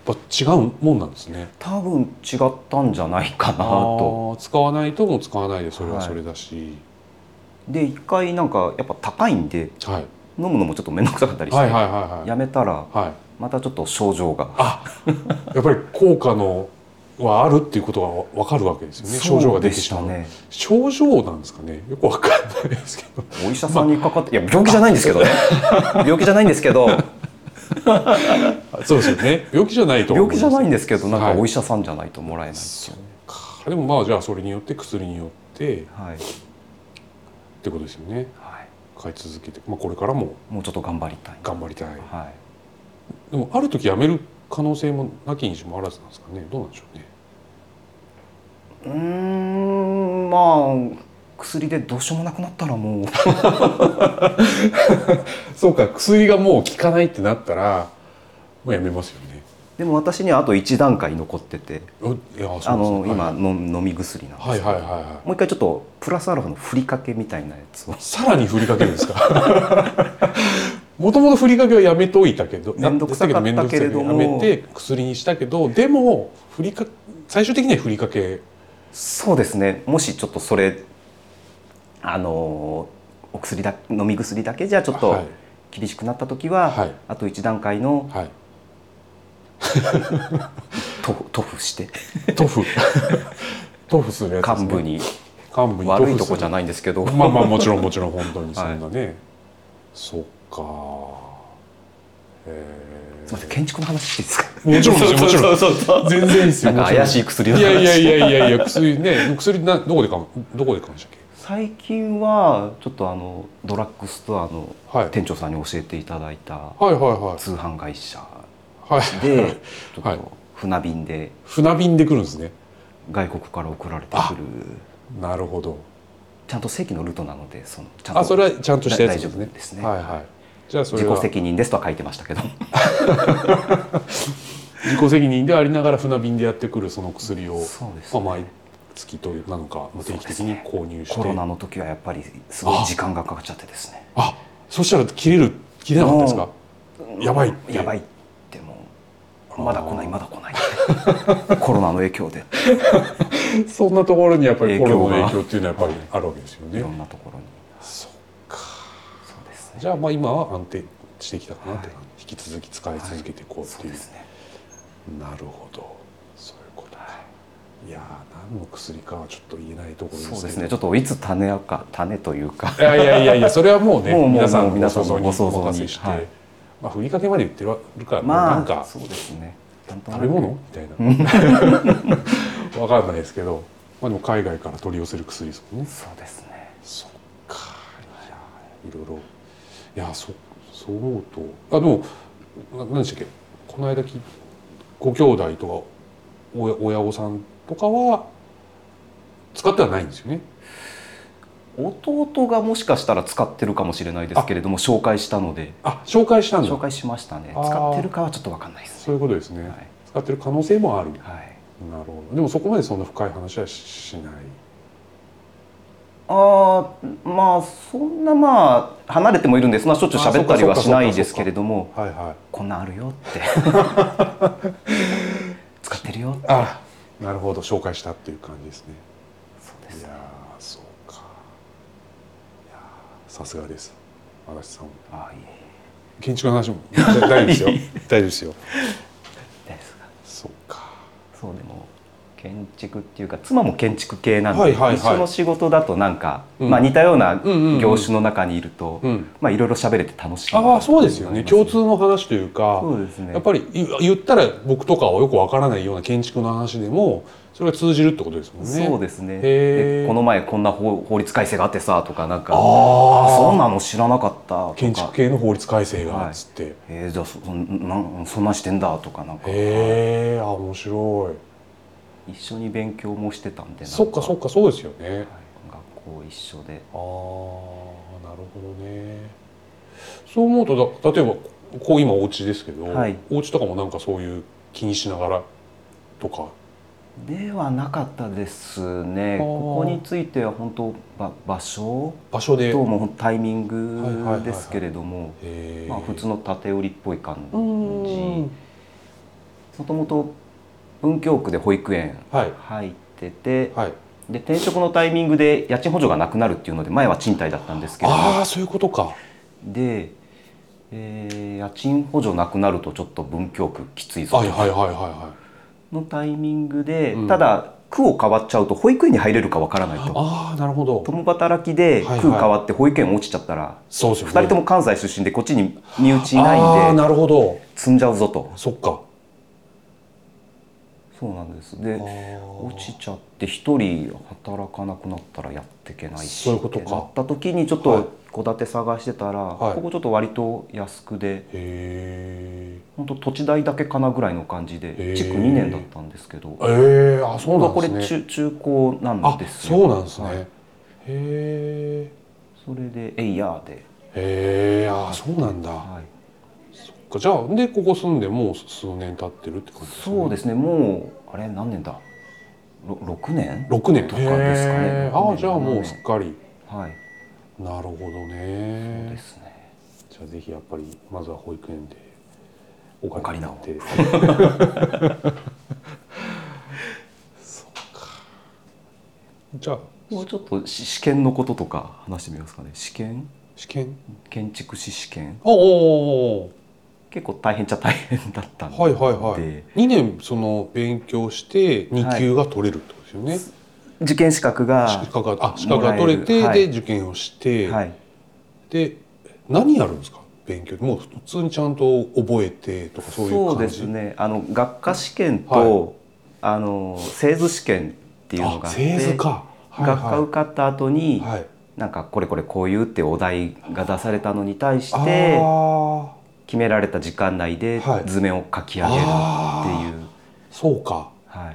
Speaker 3: やっぱ違うもんなんですね
Speaker 2: 多分違ったんじゃないかな
Speaker 3: あ
Speaker 2: と
Speaker 3: ー使わないともう使わないでそれはそれだし、
Speaker 2: で一回なんかやっぱ高いんで
Speaker 3: はい、
Speaker 2: 飲むのもちょっと面倒くさかったりして、
Speaker 3: はいはいはいは
Speaker 2: やめたら
Speaker 3: いはい
Speaker 2: またちょっと症状が
Speaker 3: あやっぱり効果のはあるっていうことがわかるわけですよね症状が出てしまう
Speaker 2: そうでし
Speaker 3: 症状なんですかねよくわかんないですけど
Speaker 2: たねお医者さんにかかっていや病気じゃないんですけど ね病気じゃないんですけど
Speaker 3: あそうですよね病気じゃないとは
Speaker 2: 病
Speaker 3: 思
Speaker 2: 気じゃないんですけどなんかお
Speaker 3: はい
Speaker 2: 医者さんじゃないともらえないっていう
Speaker 3: かでもまあじゃあそれによって薬によってっ
Speaker 2: はい、
Speaker 3: てことですよね
Speaker 2: は
Speaker 3: 買い続けて、まあ、これからも
Speaker 2: い、もうちょっと頑張りたい
Speaker 3: 頑張りたい
Speaker 2: はい
Speaker 3: でもある時やめる可能性もなきにしもあらずなんですかねどうなんでしょうね
Speaker 2: うーんまあ薬でどうしようもなくなったらもう
Speaker 3: そうか薬がもう効かないってなったらもうやめますよね
Speaker 2: でも私にはあと1段階残ってて
Speaker 3: おいやそうですね
Speaker 2: あの今
Speaker 3: はい
Speaker 2: の飲み薬なんです
Speaker 3: はいはいはいはい
Speaker 2: もう一回ちょっとプラスアルファのふりかけみたいなやつを
Speaker 3: さらに振りかけるんですか もともと振りかけはやめといたけど
Speaker 2: 面倒くさかったけれども
Speaker 3: やめて薬にしたけどでも振りか最終的には振りかけ
Speaker 2: そうですねもしちょっとそれあのお薬だ飲み薬だけじゃちょっ
Speaker 3: は
Speaker 2: と
Speaker 3: い
Speaker 2: 厳しくなった時は、
Speaker 3: はい
Speaker 2: あと1段階の
Speaker 3: はい
Speaker 2: 塗布塗布して
Speaker 3: 塗布塗布するやつですね
Speaker 2: 幹部に
Speaker 3: 幹部に
Speaker 2: 悪いとこじゃ
Speaker 3: い
Speaker 2: ないんですけど、
Speaker 3: まあまあもちろんもちろん本当にそんなね、そっかえ
Speaker 2: すみません建築の話していいですか
Speaker 3: ーもちろんですよもちろ ん
Speaker 2: そうそう
Speaker 3: 全然いいです
Speaker 2: な
Speaker 3: よ
Speaker 2: んか怪しい薬の
Speaker 3: い
Speaker 2: 話
Speaker 3: やいやいやいやいや薬ね薬などこで買うどこで買うんでしたっ
Speaker 2: 最近はちょっとあのドラッグストアの
Speaker 3: けはい
Speaker 2: 店長さんに教えていただいた
Speaker 3: はいはいはい
Speaker 2: 通販会社
Speaker 3: はい
Speaker 2: でちょっ
Speaker 3: はい
Speaker 2: と船便で
Speaker 3: 船便で来るんですね
Speaker 2: 外国から送られてくる
Speaker 3: なるほど
Speaker 2: ちゃんと正規のルートなのでそのちゃんと
Speaker 3: あそれはちゃんとしたやつです
Speaker 2: 大
Speaker 3: ね
Speaker 2: 丈夫ですね
Speaker 3: はいはいじゃあそれ
Speaker 2: 自
Speaker 3: は
Speaker 2: 己責任ですとは書いてましたけど
Speaker 3: 自己責任でありながら船便でやってくるその薬を、
Speaker 2: そうです
Speaker 3: まあ、
Speaker 2: ね
Speaker 3: 毎月というなのかまあ定期的に購入して
Speaker 2: コロナの時はやっぱりすごい時間がかかっちゃってですね
Speaker 3: あそしたら切れる切れなかったですかやばいって
Speaker 2: やばいってもうまだ来ないまだ来ないってコロナの影響で
Speaker 3: そんなところにやっぱりコロナの影
Speaker 2: 影響
Speaker 3: 響っていうのはやっぱりあるわけですよ
Speaker 2: い
Speaker 3: ね
Speaker 2: ろんなところに
Speaker 3: そっ
Speaker 2: そうです
Speaker 3: か
Speaker 2: ね
Speaker 3: じゃあまあ今は安定してきたかなって、
Speaker 2: はい
Speaker 3: 引き続き使い続けていこうっ
Speaker 2: そ
Speaker 3: て
Speaker 2: う
Speaker 3: いう、
Speaker 2: ですね
Speaker 3: なるほどそういうことか、い、やー何の薬かはちょっと言えないところですけど
Speaker 2: そうですねちょっといつ種やか種という か
Speaker 3: いやいやいやいやそれはもうね
Speaker 2: もうもう
Speaker 3: 皆さん
Speaker 2: もう皆さん
Speaker 3: ご想像に
Speaker 2: ご想像に
Speaker 3: お任せして、
Speaker 2: はい
Speaker 3: まあ、ふりかけまで言ってるから、
Speaker 2: まあ
Speaker 3: なんか
Speaker 2: そうですね食
Speaker 3: 食べ物みたい なわかんないですけど、まあ、でも海外から取り寄せる薬ですもんね
Speaker 2: そうですね
Speaker 3: そっかいやいろいろいやそそう思うとあでもな何でしたっけこの間きご兄弟とか親親御さんとかは使ってはないんですよね
Speaker 2: 弟がもしかしたら使ってるかもしれないですけれども紹介したので
Speaker 3: あ紹介したんだ
Speaker 2: 紹介しましたね
Speaker 3: あー
Speaker 2: 使ってるかはちょっとわかんないです
Speaker 3: そういうことですね、
Speaker 2: はい
Speaker 3: 使ってる可能性もある
Speaker 2: はい
Speaker 3: なるほどでもそこまでそんな深い話はししない
Speaker 2: あーまあそんなまあ離れてもいるんでそんなしょっちゅう喋ったりはしないですけれども
Speaker 3: はいはい
Speaker 2: こんなんあるよ って使ってるよって
Speaker 3: あなるほど紹介したっていう感じですね
Speaker 2: そうです
Speaker 3: いやーそうかいやーさすがです足立さんも
Speaker 2: ああいい
Speaker 3: 建築 の話もだ大丈夫ですよ大丈夫ですよ
Speaker 2: ですが
Speaker 3: そうか
Speaker 2: そうでも建築っていうか妻も建築系なんで、
Speaker 3: はいはいはい
Speaker 2: 一緒の仕事だとなんか、
Speaker 3: うん
Speaker 2: まあ、似たようなん
Speaker 3: うんうん
Speaker 2: 業種の中にいると、
Speaker 3: うん
Speaker 2: まあいろいろ喋れて楽しいな
Speaker 3: ああそうですよね
Speaker 2: と思
Speaker 3: 共
Speaker 2: います
Speaker 3: 通の話というか
Speaker 2: そうですね
Speaker 3: やっぱりい言ったら僕とかはよくわからないような建築の話でもそれが通じるってことですもんね
Speaker 2: そうですね
Speaker 3: へー
Speaker 2: でこの前こんな法法律改正があってさとかなんか
Speaker 3: あー
Speaker 2: あそうなの知らなかったとか
Speaker 3: 建築系の法律改正が
Speaker 2: はい
Speaker 3: っつって、
Speaker 2: えー、じゃあそそんなんそんなんしてんだとかなんか
Speaker 3: へえあ面白い
Speaker 2: 一緒に勉強もしてたんでなん
Speaker 3: そっかそっかそうですよね、
Speaker 2: はい学校一緒で
Speaker 3: ああなるほどねそう思うとだ例えばここう今お家ですけど、
Speaker 2: はい
Speaker 3: お家とかもなんかそういう気にしながらとか
Speaker 2: ではなかったですね
Speaker 3: あー
Speaker 2: ここについては本当ば場所
Speaker 3: 場所で
Speaker 2: ともタイミン
Speaker 3: はいはいはいはい
Speaker 2: グですけれども
Speaker 3: えー
Speaker 2: まあ普通の縦折りっぽい感じ
Speaker 3: うん
Speaker 2: もともと文京区で保育園
Speaker 3: はい
Speaker 2: 入ってて
Speaker 3: はい
Speaker 2: で転職のタイミングで家賃補助がなくなるっていうので前は賃貸だったんですけれども
Speaker 3: ああそういうことか
Speaker 2: で、えー家賃補助なくなるとちょっと文京区きついぞ
Speaker 3: はいはいはいはいはい
Speaker 2: のタイミングで、
Speaker 3: うん
Speaker 2: ただ区を変わっちゃうと保育園に入れるかわからないと
Speaker 3: ああなるほど
Speaker 2: 共働きで
Speaker 3: はいはい
Speaker 2: 区変わって保育園落ちちゃったら、
Speaker 3: そうですよね
Speaker 2: 2人とも関西出身でこっちに身内い
Speaker 3: あ
Speaker 2: ない
Speaker 3: あ
Speaker 2: んで
Speaker 3: なるほど
Speaker 2: 積んじゃうぞと
Speaker 3: そっか
Speaker 2: そうなんですで
Speaker 3: あ
Speaker 2: 落
Speaker 3: ー
Speaker 2: ちちゃって1人働かなくなったらやっていけないし
Speaker 3: そういうことか
Speaker 2: ってなった時にちょっ
Speaker 3: はい
Speaker 2: と戸建て探してたら、
Speaker 3: はい
Speaker 2: ここちょっと割と安くで。
Speaker 3: へ
Speaker 2: 本当土地代だけかなぐらいの感じで
Speaker 3: へー
Speaker 2: 築2年だったんですけど
Speaker 3: えええあそう
Speaker 2: 僕
Speaker 3: な
Speaker 2: はこれ
Speaker 3: んですね
Speaker 2: 中中古なん
Speaker 3: あ
Speaker 2: ですよ
Speaker 3: そうなんですね、
Speaker 2: はい
Speaker 3: へえ
Speaker 2: それで「えいやーで」
Speaker 3: へえああそうなんだ、
Speaker 2: はい
Speaker 3: そっかじゃあでここ住んでもう数年経ってるって感じですね
Speaker 2: そうですねもうあれ何年だろ6年
Speaker 3: 6年
Speaker 2: とかですかね
Speaker 3: へー
Speaker 2: 六
Speaker 3: あ
Speaker 2: 年
Speaker 3: あじゃあもうすっかり
Speaker 2: はい
Speaker 3: なるほど
Speaker 2: そう
Speaker 3: ね
Speaker 2: ですね
Speaker 3: じゃあぜひやっぱりまずは保育園でお
Speaker 2: 借りな
Speaker 3: な
Speaker 2: お
Speaker 3: ってそうかじゃあ
Speaker 2: もうちょっとし試験のこととか話してみますかね試験
Speaker 3: 試験
Speaker 2: 建築士試験
Speaker 3: あおお
Speaker 2: 結構大変っちゃ大変だったんで、
Speaker 3: はいはいはい
Speaker 2: で
Speaker 3: 2年その勉強して2級が取れるってことですよね、
Speaker 2: 受験資格が
Speaker 3: 資格があ資格が取れて、
Speaker 2: もらえる
Speaker 3: で受験をして、
Speaker 2: はい
Speaker 3: で何やるんですか勉強もう普通にちゃんと覚えてとかそういう
Speaker 2: そう
Speaker 3: 感
Speaker 2: で
Speaker 3: じ
Speaker 2: すねあの学科試験
Speaker 3: は
Speaker 2: と、あの製図試験っていうの
Speaker 3: あ
Speaker 2: があって
Speaker 3: 製図か、はい
Speaker 2: 学科
Speaker 3: は
Speaker 2: 受かった後
Speaker 3: い
Speaker 2: に、
Speaker 3: はい
Speaker 2: なんかこれこれこういうってお題が出されたのに対し
Speaker 3: あ
Speaker 2: て
Speaker 3: ー
Speaker 2: 決められた時間内で
Speaker 3: はい
Speaker 2: 図面を描き上げるっていう、
Speaker 3: そうか
Speaker 2: は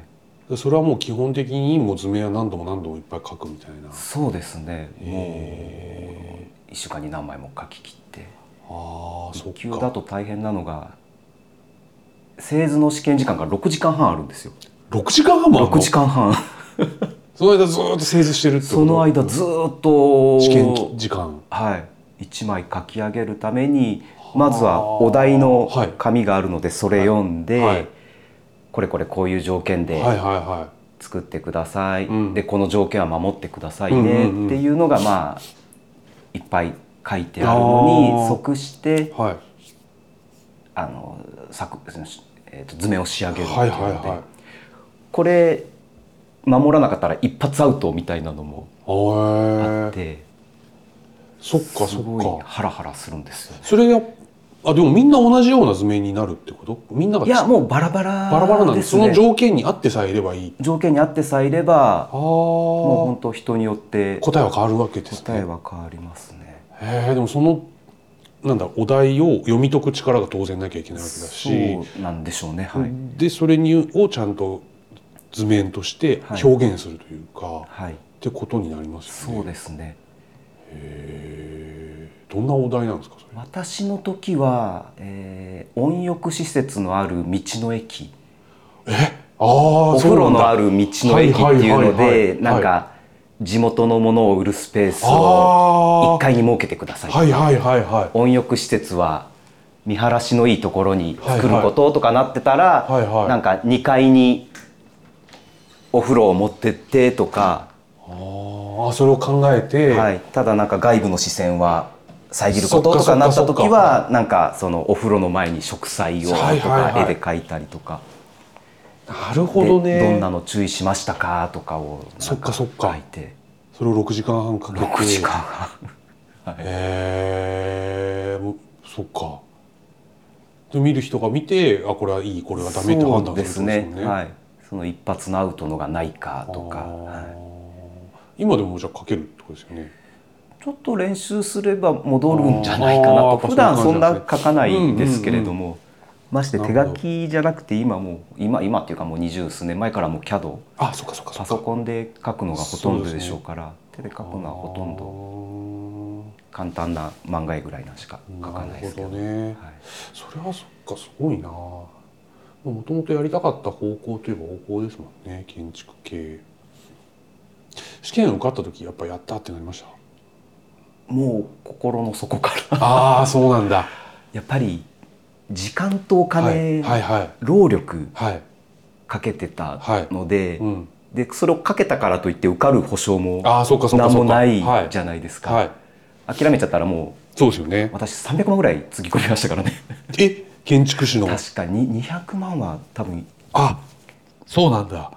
Speaker 2: い、
Speaker 3: それはもう基本的にもう図面は何度も何度もいっぱい書くみたいな
Speaker 2: そうですねも
Speaker 3: へ
Speaker 2: う1週間に何枚も描き切って
Speaker 3: あーそ
Speaker 2: 1
Speaker 3: っ
Speaker 2: 級
Speaker 3: か
Speaker 2: だと大変なのが製図の試験時間が6時間半あるんですよ
Speaker 3: 6時間半もあんの
Speaker 2: 6時間半
Speaker 3: その間ずーっと製図してるってこと
Speaker 2: その間ずーっと
Speaker 3: 試験時間
Speaker 2: はい、1枚書き上げるためにまずはお題の
Speaker 3: はい
Speaker 2: 紙があるのでそれ読んで、
Speaker 3: はい
Speaker 2: これこれこういう条件
Speaker 3: はい
Speaker 2: で
Speaker 3: はいは
Speaker 2: 作ってください、
Speaker 3: うん
Speaker 2: でこの条件は守ってください
Speaker 3: うん
Speaker 2: ね
Speaker 3: うんうん
Speaker 2: っていうのがまあいっぱい書いてあるの
Speaker 3: あー
Speaker 2: に即して
Speaker 3: いはい
Speaker 2: あの作、えーと図面を仕上げるっていうの
Speaker 3: はいはい
Speaker 2: で、
Speaker 3: はい
Speaker 2: これ守らなかったら一発アウトみたいなのもあ
Speaker 3: あ
Speaker 2: っ
Speaker 3: ー
Speaker 2: て、
Speaker 3: そっか
Speaker 2: す
Speaker 3: そ
Speaker 2: ごい
Speaker 3: っか
Speaker 2: ハラハラするんですよね。
Speaker 3: それやあでもみんな同じような図面になるってことみんなが
Speaker 2: いやもうバラバラ
Speaker 3: バラバラなんで
Speaker 2: です
Speaker 3: そ
Speaker 2: ね
Speaker 3: の条件に合ってさえいればいい
Speaker 2: 条件に合ってさえいれ
Speaker 3: あ
Speaker 2: ばもう
Speaker 3: あ答
Speaker 2: 本当人によって
Speaker 3: えは変わるわけです
Speaker 2: 答え
Speaker 3: ね
Speaker 2: は変わりますね。
Speaker 3: へえでもそのなんだお題を読み解く力が当然なきゃいけないわけだ
Speaker 2: そ
Speaker 3: し
Speaker 2: うなんでしょうね。はい、
Speaker 3: でそれにをちゃんと図面として
Speaker 2: はい
Speaker 3: 表現するというか、
Speaker 2: はい、
Speaker 3: ってことになりますよね
Speaker 2: そうですね。
Speaker 3: へえどんなお題なんですかそれ
Speaker 2: 私の時は、えー温浴施設のある道の駅
Speaker 3: ああ
Speaker 2: お
Speaker 3: そ
Speaker 2: 風
Speaker 3: うな
Speaker 2: 呂
Speaker 3: ん
Speaker 2: の
Speaker 3: だ
Speaker 2: ある道の駅っていうの
Speaker 3: はいはいはいは
Speaker 2: で
Speaker 3: い
Speaker 2: なんか地元のものを売るスペースを
Speaker 3: あ
Speaker 2: 1
Speaker 3: あ
Speaker 2: 階に設けてくださいとか
Speaker 3: はいはいはいは
Speaker 2: 温浴施設は見晴らしのいいところに作
Speaker 3: はいは
Speaker 2: る
Speaker 3: い
Speaker 2: こととかなってたら、
Speaker 3: はいはい
Speaker 2: なんか2階にお風呂を持ってってとか、
Speaker 3: いああそれを考えて、
Speaker 2: はい、ただなんか外部の視線は遮ること
Speaker 3: そっか
Speaker 2: とかなった
Speaker 3: そっか
Speaker 2: 時はなんかそのお風呂の前に植栽をと
Speaker 3: はいはいはい
Speaker 2: か絵で描いたりとか、
Speaker 3: なる
Speaker 2: で
Speaker 3: ほどね
Speaker 2: んなの注意しましたかとかをな
Speaker 3: そ
Speaker 2: ん
Speaker 3: っか
Speaker 2: か
Speaker 3: そっか
Speaker 2: 書いて
Speaker 3: それを6時間半かけて
Speaker 2: 6時間半
Speaker 3: へえー、そっかで見る人が見てあこれはいいこれはダメって判
Speaker 2: そ
Speaker 3: 断
Speaker 2: う
Speaker 3: するってこと
Speaker 2: で
Speaker 3: です
Speaker 2: す
Speaker 3: もん
Speaker 2: ね
Speaker 3: ね
Speaker 2: はい、その一発のアウトのがないかとか。
Speaker 3: あー
Speaker 2: はい
Speaker 3: 今でもじゃあ書けるってことですよね
Speaker 2: ちょっと練習すれば戻るんじゃないかな
Speaker 3: あ
Speaker 2: と
Speaker 3: ー
Speaker 2: 普段そんな
Speaker 3: やっ
Speaker 2: 書
Speaker 3: ぱ
Speaker 2: かないんですけれども、まして手書
Speaker 3: なるほど
Speaker 2: きじゃなくて今もう今今っていうかもう二十数年前からもう CAD
Speaker 3: あそっかそっかそっか
Speaker 2: パソコンで書くのがほとんどでしょうから手で書くのはほとんど
Speaker 3: ど
Speaker 2: 簡単な漫画絵ぐらいなんしか書かないですけど
Speaker 3: なるほどね
Speaker 2: はい
Speaker 3: それはそっかすごいなもともとやりたかった方向といえば方向ですもんね建築系試験受かった時やっぱやったってなりました
Speaker 2: もう心の底から
Speaker 3: ああそうなんだ
Speaker 2: やっぱり時間とお金、
Speaker 3: はいはい
Speaker 2: 労力
Speaker 3: はい
Speaker 2: かけてた
Speaker 3: はい
Speaker 2: ので,、
Speaker 3: うん
Speaker 2: でそれをかけたからといって受かる保証も
Speaker 3: ああそっかそっか
Speaker 2: 何
Speaker 3: そ
Speaker 2: も
Speaker 3: っか
Speaker 2: ない
Speaker 3: はい
Speaker 2: じゃないですか、
Speaker 3: はい
Speaker 2: 諦めちゃったらも
Speaker 3: そうですよね
Speaker 2: う私300万ぐらいつぎ込みましたからね
Speaker 3: え建築士の
Speaker 2: 確かに200万は多分
Speaker 3: あそうなんだ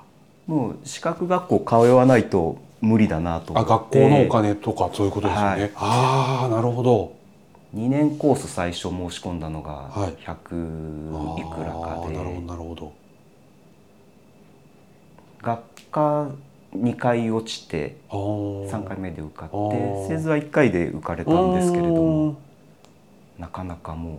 Speaker 2: もう資格学校通わないと無理だなと思
Speaker 3: あ
Speaker 2: って
Speaker 3: 学校のお金とかそういうことですよね、
Speaker 2: はい
Speaker 3: ああなるほど
Speaker 2: 2年コース最初申し込んだのが
Speaker 3: はいあ
Speaker 2: 100い
Speaker 3: ー
Speaker 2: くらかで、
Speaker 3: なるほどなるほど
Speaker 2: 学科2回落ちて
Speaker 3: あー
Speaker 2: 3回目で受かって
Speaker 3: あー
Speaker 2: 製図は1回で受かれたんですけれど
Speaker 3: う
Speaker 2: もなかなかもう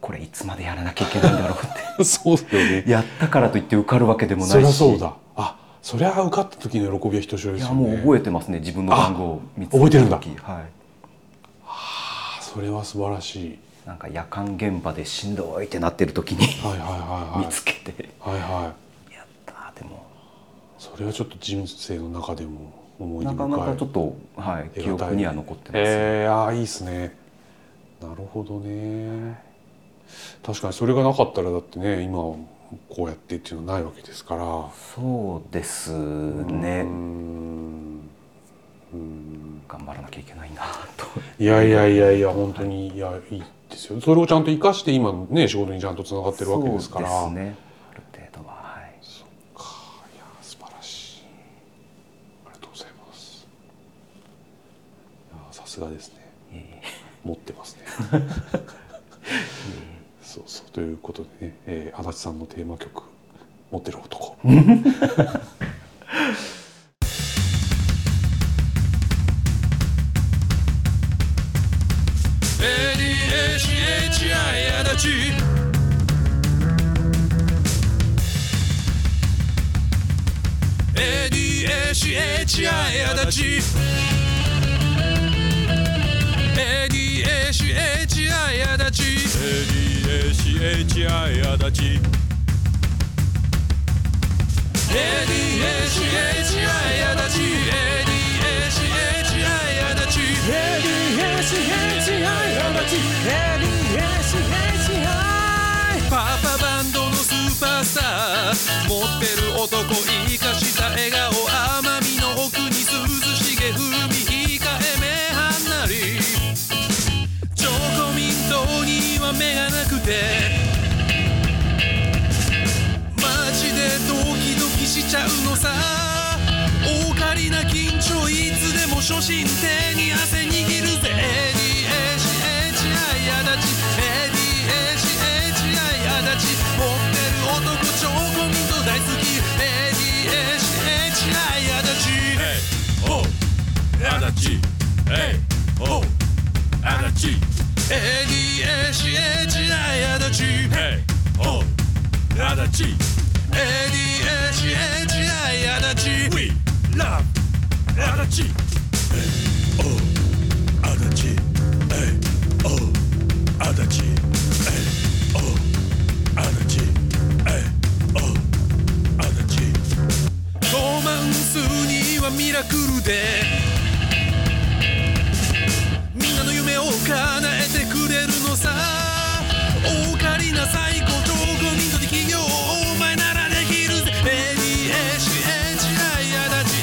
Speaker 2: これいつまでやらなきゃいけないんだろうっ
Speaker 3: ーん そうですよね
Speaker 2: て やったからといって受かるわけでもな
Speaker 3: そ
Speaker 2: い
Speaker 3: りゃ
Speaker 2: し
Speaker 3: そうだあそりゃ受かった時の喜びはひとしおで
Speaker 2: い
Speaker 3: す
Speaker 2: や
Speaker 3: よ
Speaker 2: も
Speaker 3: ね
Speaker 2: う覚えてますね自分の番号を見つけ
Speaker 3: 覚えてるんだ
Speaker 2: 時はい
Speaker 3: あそれは素晴らしい
Speaker 2: なんか夜間現場でしんどいってなってる時に
Speaker 3: はいはいはいはい
Speaker 2: 見つけて
Speaker 3: はいはい
Speaker 2: やったーでも
Speaker 3: それはちょっと人生の中でも思い出
Speaker 2: な
Speaker 3: 深
Speaker 2: か
Speaker 3: い
Speaker 2: なかちょっとはい
Speaker 3: え
Speaker 2: 記憶には残ってますね
Speaker 3: えー、あーいいですねなるほどね確かにそれがなかったらだってね今はこうやってっていうのはないわけですから
Speaker 2: そうです
Speaker 3: う
Speaker 2: ね
Speaker 3: ーんうーん
Speaker 2: 頑張らなきゃいけないな と
Speaker 3: いやいやいやいや本当にいやいいですよそれをちゃんと生かして今のね仕事にちゃんとつながってるわけですから
Speaker 2: そうですねある程度ははい
Speaker 3: いや素晴らしいありがとうございますいやさすがですね
Speaker 2: いえいえ
Speaker 3: 持っ てますね。そうそうということでね、えー、足立さんのテーマ曲「持ってる男」
Speaker 4: ADHI 足立「ADHI 足立」「ADHI 足立」「ADHI 足立」「ADHI 足立」「ADHI 足立」「ADHI 足立」パパバンドのスーパースター持ってる男生かした笑顔甘みの奥に涼しげ風味控えめはんなりチョコミントには目がなくてマジでドキドキしちゃうのさオカリな緊張いつでも初心手に汗握るぜ ADHI 足立 ADHI 足立持ってる男チョコミント大好き ADHI 足立 Hey! Oh! 足立 Hey! Oh! 足立 ADHI 足立 Hey! Oh! 足立 ADHI 足立 We love 足立 A.O. 足立 A.O. 足立 A.O. 足立 A.O. 足数にはミラクルでみんなの夢を叶えてくれるのさお借りなさいご長5人とで企業お前ならできるぜ ADHHI あだち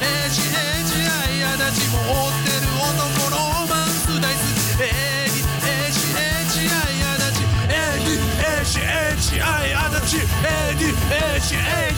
Speaker 4: ADHHI あだち持ってる男ロマンス大好き ADHHI あだち ADHHI あだち ADHHI